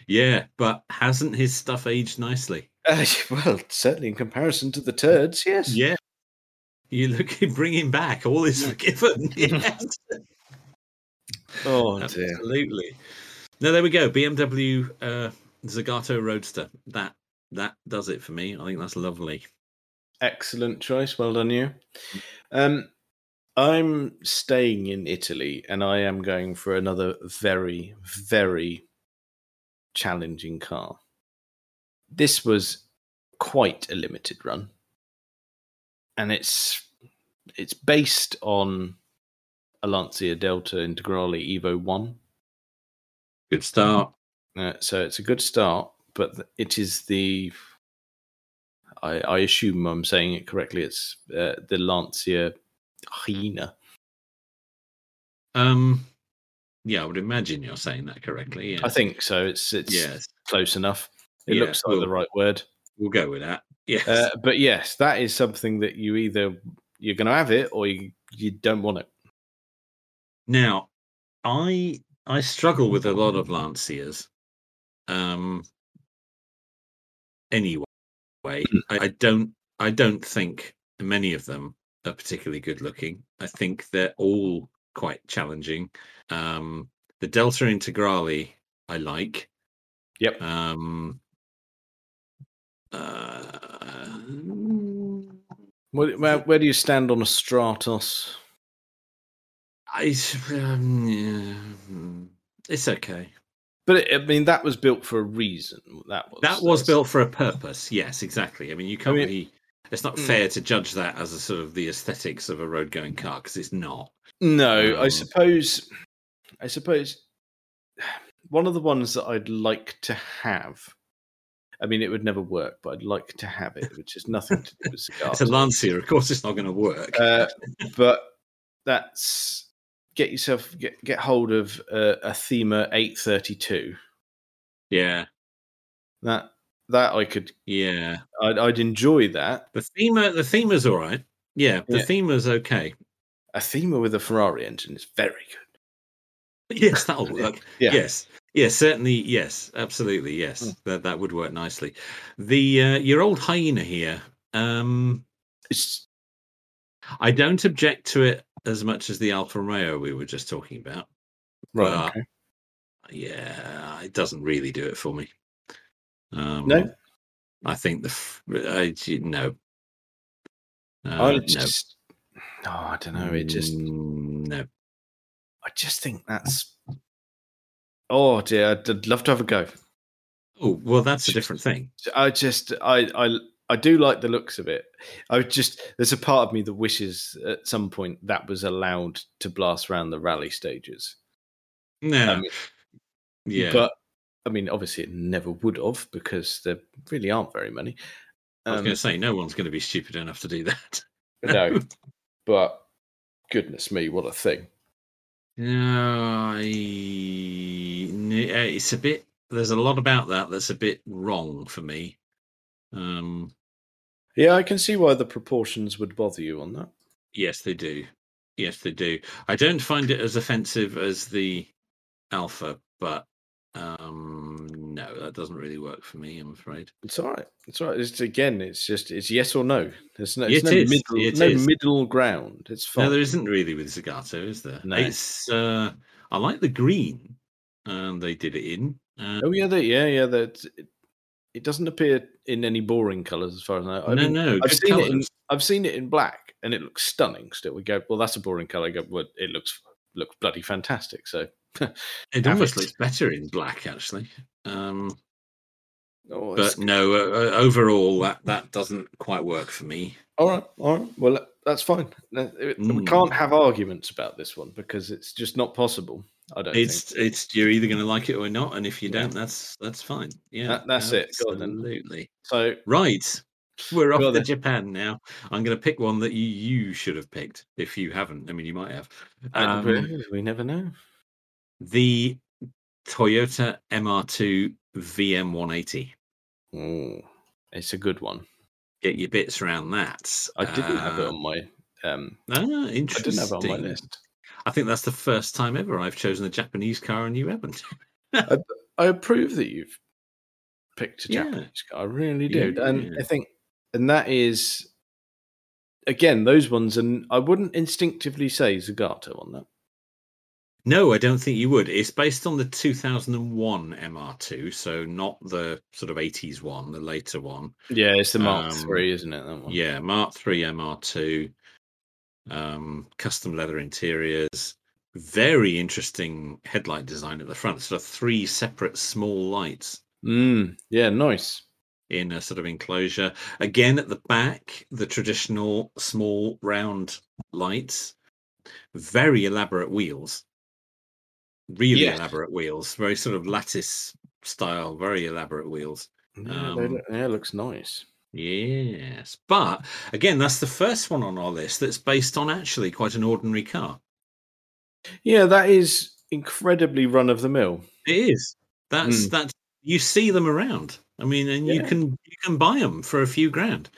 yeah, but hasn't his stuff aged nicely? Uh, *laughs* well, certainly in comparison to the turds, yes. Yeah. You look, *laughs* bring him back. All is forgiven. *laughs* Yes. Oh dear. Absolutely. No, there we go. BMW uh, Zagato Roadster. That that does it for me. I think that's lovely. Excellent choice. Well done, you. Um, I'm staying in Italy and I am going for another very, very challenging car. This was quite a limited run, and it's it's based on Alancia Delta Integrale Evo One. Good start. Uh, so it's a good start, but th- it is the. I, I assume I'm saying it correctly. It's uh, the Lancia Hyena. Um, yeah, I would imagine you're saying that correctly. Yeah. I think so. It's it's yes, close enough. It Yeah, looks like well- the right word. we'll go with that. Yes, Uh, but yes, that is something that you either you're going to have it or you you don't want it. Now, I I struggle with a lot of Lancias. Um. Anyway, I, I don't I don't think many of them are particularly good looking. I think they're all quite challenging. Um, the Delta Integrale I like. Yep. Um. Uh, Where, where, where do you stand on a Stratos? I s- um, yeah, mm, it's okay. But it, I mean, that was built for a reason. That was That was that's- built for a purpose. Yes, exactly. I mean, you can't mean- really. It's not Mm. fair to judge that as a sort of the aesthetics of a road going Hmm. car because it's not. No, I Um, suppose. I suppose *sighs* one of the ones that I'd like to have. I mean, it would never work, but I'd like to have it, which is nothing to do with cigars. *laughs* It's a Lancia, of course. It's not going to work. Uh, but that's get yourself get get hold of uh, a Thema eight thirty two. yeah, That that I could yeah. I'd, I'd enjoy that. The theme, the theme is all right. Yeah, the Yeah. thema's *laughs* okay. A Thema with a Ferrari engine is very good. Yes, that'll work. Yeah. Yes. Yes, certainly. Yes, absolutely. Yes, Mm. that that would work nicely. The uh, your old hyena here. Um, It's I don't object to it as much as the Alfa Romeo we were just talking about. right. Well, okay. yeah, it doesn't really do it for me. Um, No? I think the f- I j- no. Uh, I no. just oh, I don't know. It just Mm, no. I just think that's oh dear. I'd, I'd love to have a go. Oh well, that's a different thing. I just I I I do like the looks of it. I just there's a part of me that wishes at some point that was allowed to blast around the rally stages. No, Um, yeah, But I mean, obviously, it never would have because there really aren't very many. I was Um, going to say no one's going to be stupid enough to do *laughs* that. no, but goodness me, what a thing! No, I, n- uh, it's a bit. There's a lot about that that's a bit wrong for me. Um, Yeah, I can see why the proportions would bother you on that. Yes, they do. Yes, they do. I don't find it as offensive as the alpha, but um no, that doesn't really work for me, I'm afraid. It's all right. It's all right. It's again. It's just. It's yes or no. There's no. It's It no is. middle. It no is. middle ground. It's fine. No, there isn't really with Zagato, is there? No. It's uh I like the green um they did it in. Uh, Oh yeah, that yeah, yeah. That it, it doesn't appear in any boring colours as far as I know. I no, mean, no, I've good seen it. In, colours. I've seen it in black, and it looks stunning. Still, we go. Well, that's a boring colour. I Go, well, it looks looks bloody fantastic. So, It almost Abbott. looks better in black actually. Um oh, it's- but no, uh, uh, overall that that doesn't quite work for me. all right, all right. Well, that's fine. That- it- We Mm. can't have arguments about this one because it's just not possible. I don't. think. It's it's you're either going to like it or not, and if you Yeah. don't, that's that's fine. Yeah, That- that's it. Go on then. Absolutely so. right. We're off Go on to then. Japan now. I'm going to pick one that you you should have picked if you haven't. I mean, you might have. and Um, we- we never know. the Toyota MR2 VM180. Oh, it's a good one. Get your bits around that. I didn't have it Uh, on my. Um, Ah, I interesting. didn't have it on my list. I think that's the first time ever I've chosen a Japanese car and you haven't. I approve that you've picked *laughs* a Yeah. Japanese car. I really do. And Yeah. I think, and that is, again, those ones, and I wouldn't instinctively say Zagato on that. No, I don't think you would. It's based on the 2001 MR2, so not the sort of 80s one, the later one. Yeah, it's the Mark Um, Three, isn't it? That one. Yeah, Mark III MR2, um, custom leather interiors, very interesting headlight design at the front. Sort of three separate small lights. Mm, yeah, nice. in a sort of enclosure. Again, at the back, the traditional small round lights, very elaborate wheels, really Yeah. elaborate wheels, very sort of lattice style, very elaborate wheels. Yeah, they Um, look- yeah, it looks nice. Yes, but again, that's the first one on our list that's based on actually quite an ordinary car. Yeah, that is incredibly run of the mill. It is. That's Mm. that you see them around. I mean, and you Yeah. can you can buy them for a few grand.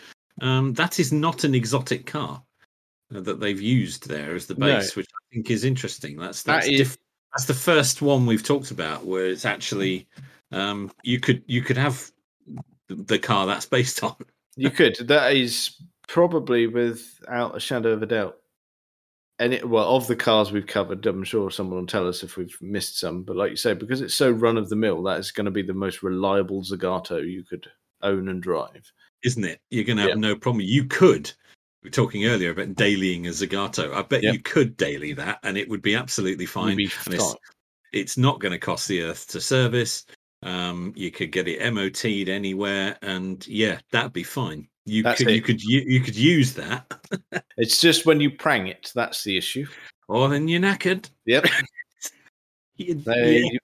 Um, that is not an exotic car uh, that they've used there as the No. base, which I think is interesting. That's That that's is- diff- that's the first one we've talked about where it's actually um, you could you could have th- the car that's based *laughs* on. You could. That is probably without a shadow of a doubt. And it, well, of the cars we've covered, I'm sure someone will tell us if we've missed some. But like you say, because it's so run of the mill, that is going to be the most reliable Zagato you could own and drive. isn't it? You're going to have Yeah. no problem. You could. We were talking earlier about dailying a Zagato. I bet Yeah. you could daily that, and it would be absolutely fine. You'd be and it's, fine. it's not going to cost the earth to service. Um, you could get it MOT'd anywhere, and yeah, that'd be fine. You That's could you it. could you, you could use that, *laughs* It's just when you prang it, that's the issue. or then you're knackered. *laughs* Yep. You- They, yeah.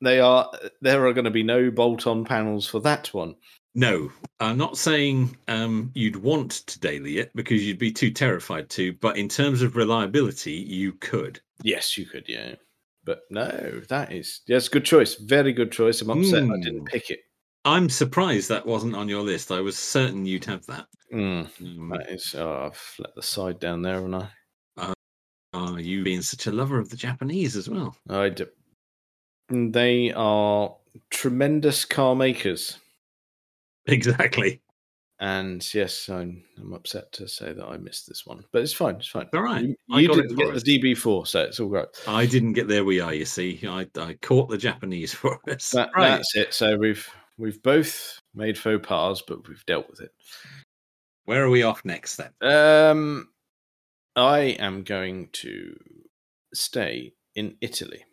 they are. There are going to be no bolt-on panels for that one. No, I'm not saying um, you'd want to daily it because you'd be too terrified to. But in terms of reliability, you could. Yes, you could. Yeah, but no, that is yes, good choice. Very good choice. I'm upset I didn't Mm. pick it. I'm surprised that wasn't on your list. I was certain you'd have that. Mm, Um, that is. Oh, I've let the side down there, haven't I? ah, you being such a lover of the Japanese as well. *laughs* I do. And They are tremendous car makers, Exactly. and yes, I'm, I'm upset to say that I missed this one, but it's fine. It's fine. All right. You, I you got Oh, it didn't for get us. the DB4, so it's all right. I didn't get there. We are. You see, I, I caught the Japanese *laughs* for us. That, right. That's it. So we've we've both made faux pas, but we've dealt with it. Where are we off next then? Um, I am going to stay in Italy,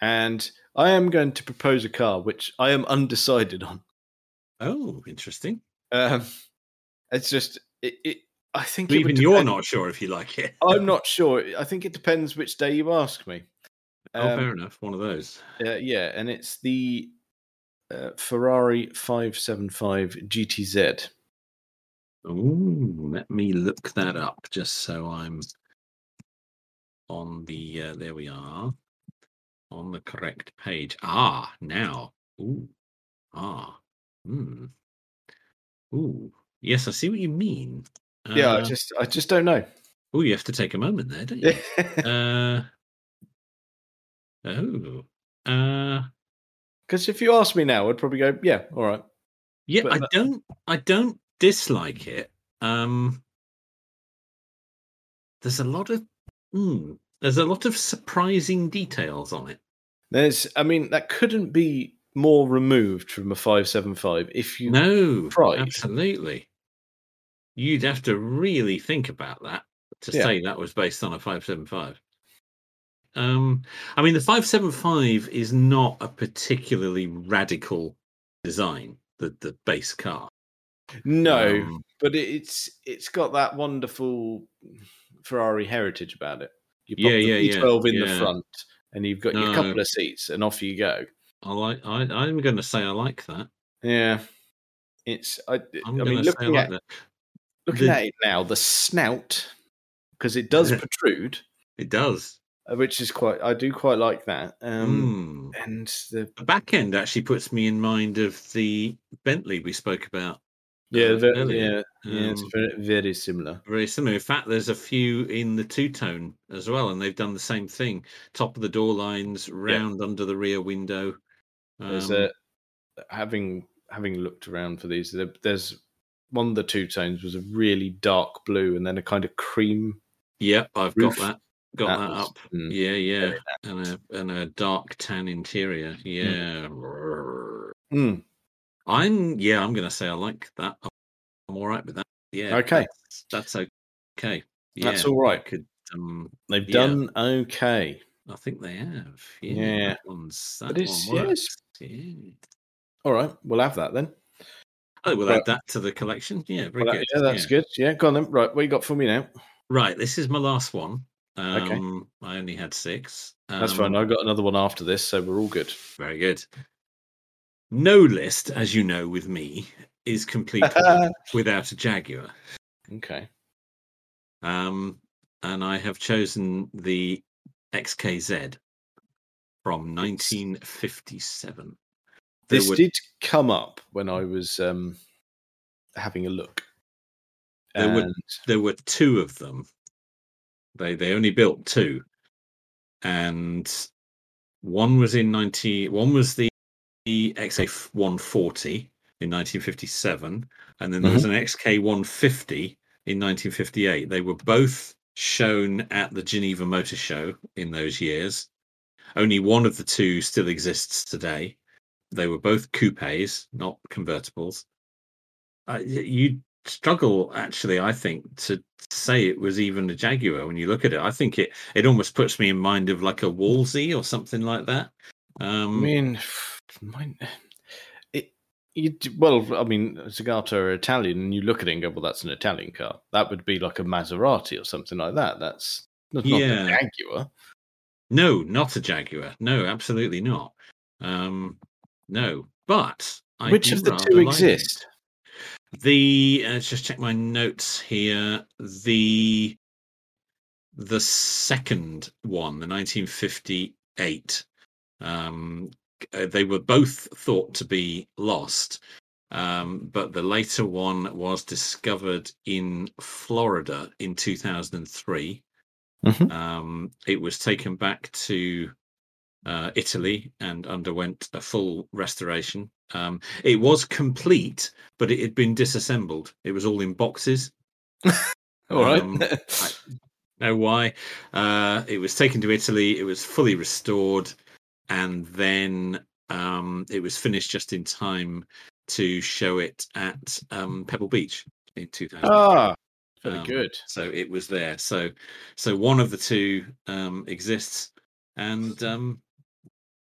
and I am going to propose a car which I am undecided on. Oh, interesting. Um, it's just it. it I think it would Even you're depend- not sure if you like it. I'm not sure. I think it depends which day you ask me. *laughs* oh, Um, fair enough. One of those. uh, yeah, and it's the uh, Ferrari 575 GTZ. Ooh, let me look that up just so I'm on the. Uh, there we are on the correct page. Ah, now. Ooh, ah, hmm. Ooh, yes, I see what you mean. Yeah, I Uh, just I just don't know. Oh, you have to take a moment there, *laughs* don't you? uh, oh, uh, Because if you ask me now, I'd probably go, yeah, all right. yeah. But I that- don't. I don't dislike it. Um, there's a lot of. Mm, there's a lot of surprising details on it. There's, I mean, that couldn't be more removed from a 575 if you. No, tried. absolutely. You'd have to really think about that to Yeah. say that was based on a 575. Um, I mean, the 575 is not a particularly radical design, the, the base car. No, Um, but it- it's it's got that wonderful Ferrari heritage about it. You Yeah, the yeah, yeah, V12 in the yeah. front, and you've got your couple No. of seats, and off you go. I like, I, I'm going to say I like that. Yeah, it's. I, I I'm mean, going to say I looking like at that. looking the- at it now, the snout because *laughs* it does protrude, It does. uh, which is quite. I do quite like that. Um, Mm. And the The back end actually puts me in mind of the Bentley we spoke about. yeah, uh, ve- earlier. yeah, yeah, it's Um, very, very similar. very similar. In fact, there's a few in the two tone as well, and they've done the same thing: top of the door lines, round under the rear window. There's Um, a having having looked around for these. There, there's one of the two tones was a really dark blue, and then a kind of cream. Yep, I've roof. got that. Got that, was- up. mm. Yeah, yeah, and a and a dark tan interior. Hmm. Yeah, Mm. I'm yeah. I'm gonna say I like that. I'm- I'm all right with that. Yeah. Okay. That's, that's o- okay. Yeah. That's all right. Could um, They've Yeah. done okay. I think they have. Yeah. Yeah. That one's that But it's- one yeah, works. it's- Yeah. All right, we'll have that then. Oh, we'll add that to the collection. Yeah, very Well, good. that- yeah, that's good. Yeah, go on then. Right, what you got for me now? Right, this is my last one. Okay. Um, I only had six. Um, That's fine. I've got another one after this, so we're all *laughs* good. Very good. No list, as you know, with me is *laughs* complete with- without a Jaguar. okay. Um, and I have chosen the XKZ from 1957. There This were- did come up when I was um, having a look. There were- And there were two of them. They they only built two, and one was in ninety. One was the, the XA E one forty in nineteen fifty seven, and then there Mm-hmm. was an XK one fifty in nineteen fifty eight. They were both shown at the Geneva Motor Show in those years. Only one of the two still exists today. They were both coupes, not convertibles. Uh, y- you struggle actually i think to say it was even a jaguar when you look at it i think it it almost puts me in mind of like a wolsey or something like that I um mean, mine, it, you, d- well, I mean, Zagato are Italian, and you look at it and go, well, that's an Italian car. That would be like a Maserati or something like that. That's not, not Yeah. a Jaguar. no not a jaguar no absolutely not um no but I Which do of the rather two like it. exist? the uh, let's just check my notes here the the second one the 1958 um uh, they were both thought to be lost um but the later one was discovered in florida in 2003 Mhm. um, it was taken back to uh, Italy and underwent a full restoration. Um, it was complete, but it had been disassembled. It was all in boxes. All right. *laughs* Um, Know why? Uh, it was taken to Italy. It was fully restored, and then um, it was finished just in time to show it at um, Pebble Beach in 2000. ah, very Um, good. So it was there. So so one of the two um exists. And um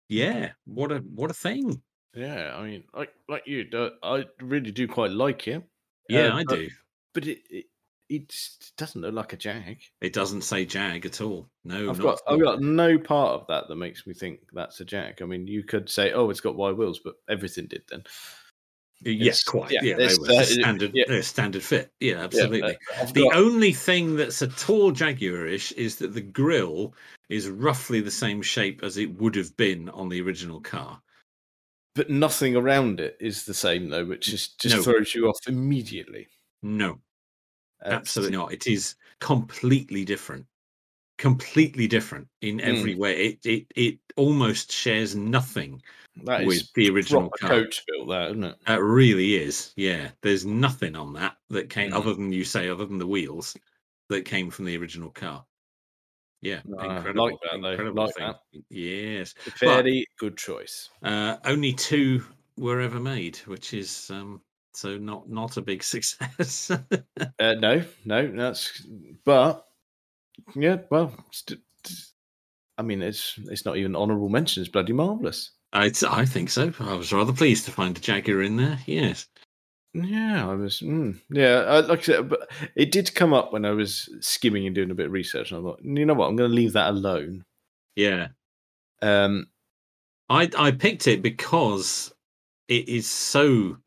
yeah, what a what a thing. Yeah, I mean, like like you, uh, I really do quite like it, Yeah, Uh, I but- do. but it it, it just doesn't look like a jag. It doesn't say jag at all. No, I've not got at I've all. got no part of that that makes me think that's a jag. I mean, you could say, oh, it's got Y wheels, but everything did then. yes, it's- quite. yeah, Yeah, they it's, were uh, standard yeah. they're standard fit. Yeah, Yeah, absolutely. uh, I've the got- only thing that's at all Jaguarish is that the grill is roughly the same shape as it would have been on the original car. but nothing around it is the same though, which is, just No. throws you off immediately. No, Uh, Absolutely not. It is completely different. Completely different Hmm. in every way. It it it almost shares nothing That is with the original proper car. coach built there, isn't it? It really is. Yeah. There's nothing on that that came Mm. other than you say, other than the wheels that came from the original car. Yeah, No, I like incredible, that, though. incredible Like thing. that. Yes, Very good choice. uh, only two were ever made, which is um, so not not a big *laughs* success. Uh, no, no, that's but yeah, well, st- st- I mean, it's it's not even honourable mention. It's bloody marvellous. I I think so. I was rather pleased to find a Jaguar in there. Yes. Yeah, I was. Mm, yeah, I, like I said, but it did come up when I was skimming and doing a bit of research, and I thought, you know what, I'm going to leave that alone. Yeah. Um, I I picked it because it is so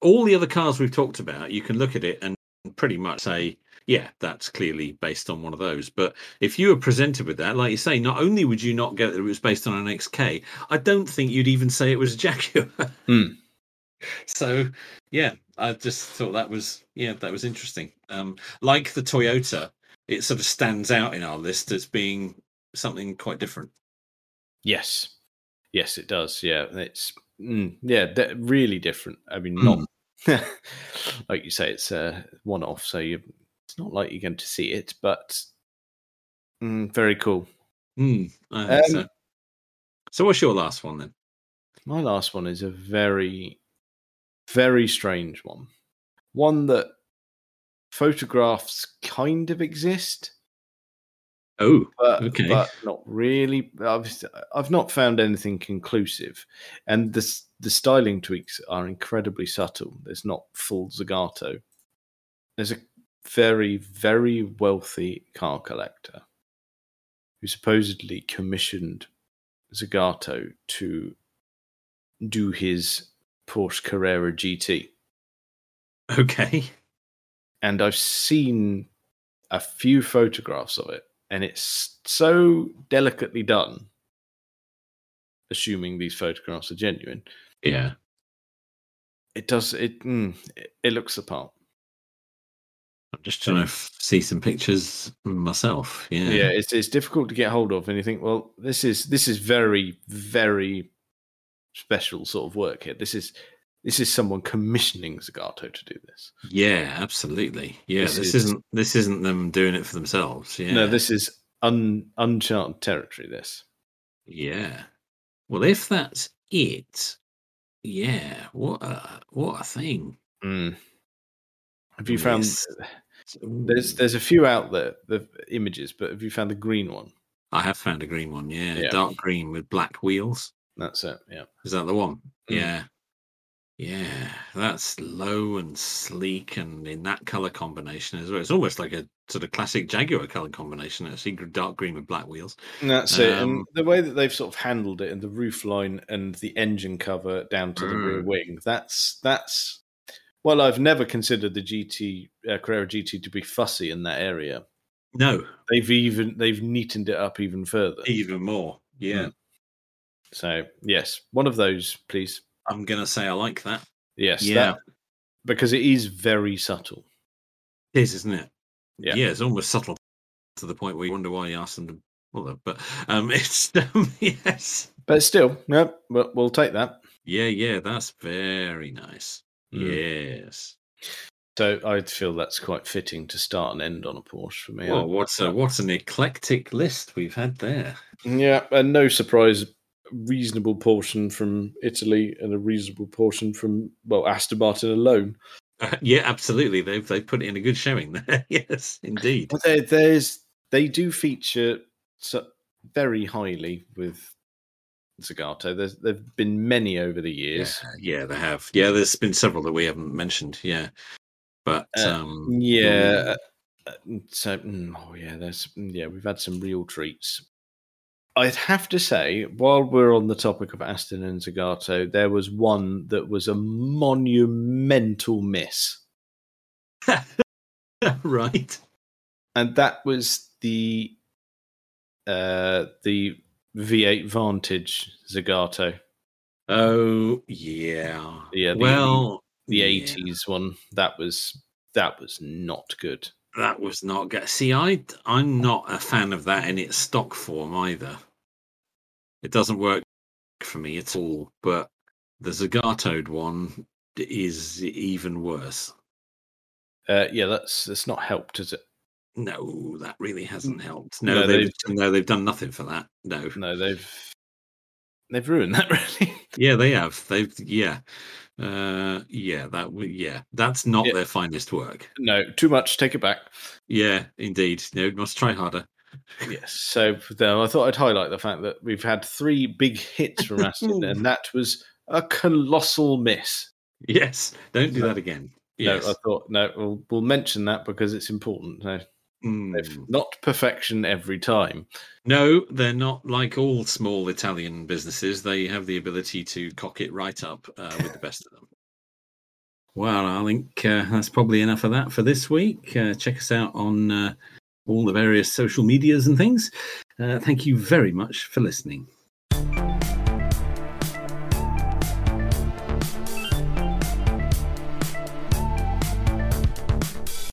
all the other cars we've talked about, you can look at it and pretty much say, yeah, that's clearly based on one of those. But if you were presented with that, like you say, not only would you not get that it was based on an XK, I don't think you'd even say it was a *laughs* Jaguar. Hmm. So yeah, I just thought that was yeah, that was interesting. Um like the Toyota, it sort of stands out in our list as being something quite different. yes, yes, it does. Yeah, it's mm, yeah, they're really different. I mean, not *laughs* like you say, it's a one-off, so you it's not like you're going to see it, but mm, very cool. Mm, I think Um, so. So, what's your last one then? My last one is a very, very strange one. One that photographs kind of exist, Oh, but, Okay. but not really. I've, I've not found anything conclusive. And this, the styling tweaks are incredibly subtle. There's not full Zagato. There's a very, very wealthy car collector who supposedly commissioned Zagato to do his Porsche Carrera GT. Okay. And I've seen a few photographs of it, and it's so delicately done, assuming these photographs are genuine. Yeah. It does, it, mm, it, it looks the part. I'm just trying to f- see some pictures myself. Yeah. yeah it's, it's difficult to get hold of and you think well this is this is very very special sort of work here this is this is someone commissioning zagato to do this Yeah, absolutely. Yeah. This This, is- isn't this isn't them doing it for themselves. Yeah. no this is un, uncharted territory this Yeah. Well, if that's it, yeah. What a what a thing. Mm. have you found Yes. there's there's a few out there the images but have you found the green one I have found a green one. Yeah, Yeah. dark green with black wheels. that's it yeah Is that the one? Mm. Yeah. Yeah, that's low and sleek, and in that color combination as well. It's almost like a sort of classic Jaguar color combination, actually, gr- dark green with black wheels. And that's it and Um, the way that they've sort of handled it and the roof line and the engine cover down to the rear Mm. wing that's that's well i've never considered the gt uh, carrera gt to be fussy in that area No, they've even they've neatened it up even further even more. Yeah, Mm. so yes one of those please I'm gonna say I like that. yes Yeah. that- because it is very subtle It is, isn't it? Yeah. yeah, it's almost subtle to the point where you wonder why you asked them to bother. But um, *laughs* it's um, yes, but still no we'll, we'll take that yeah, yeah. That's very nice. Mm. Yes. so i feel that's quite fitting to start and end on a porsche for me Well, what's a what's uh, an eclectic list we've had there? Yeah, and no surprise, reasonable portion from Italy and a reasonable portion from well Aston Martin alone. Uh, yeah, absolutely. They've they put in a good showing there. *laughs* yes, indeed. But there, there's they do feature so, very highly with Zagato. There's there've been many over the Yeah, years. yeah, they have. Yeah, there's been several that we haven't mentioned. Yeah, but Uh, um, Yeah. uh, uh, So mm, oh yeah, there's yeah we've had some real treats. I'd have to say, while we're on the topic of Aston and Zagato, there was one that was a monumental miss. uh, *laughs* right. and that was the uh the V8 Vantage Zagato, Oh yeah. Yeah, the- well, the yeah, eighties one. That was that was not good. That was not good. See, I I'm not a fan of that in its stock form either. It doesn't work for me at all. But the Zagatoed one is even worse. Uh, yeah, that's that's not helped, is it? No, that really hasn't helped. No, Mm. No, they've, no, they've done nothing for that. No, No, they've they've ruined that *laughs* really. yeah, they have. They've yeah, uh, yeah. That w- yeah, that's not Yeah. their finest work. no, too much. Take it back. Yeah, indeed. No, must try harder. Yes. So though I thought I'd highlight the fact that we've had three big hits from Aston, and that was a colossal miss. Yes, don't do No. that again. Yes, No, I thought no. We'll, we'll mention that because it's important. No, Mm. They've not perfection every time. No, they're not like all small Italian businesses. They have the ability to cock it right up uh, with the best of them. Well, I think uh, that's probably enough of that for this week. Uh, check us out on uh, all the various social medias and things. Uh, thank you very much for listening.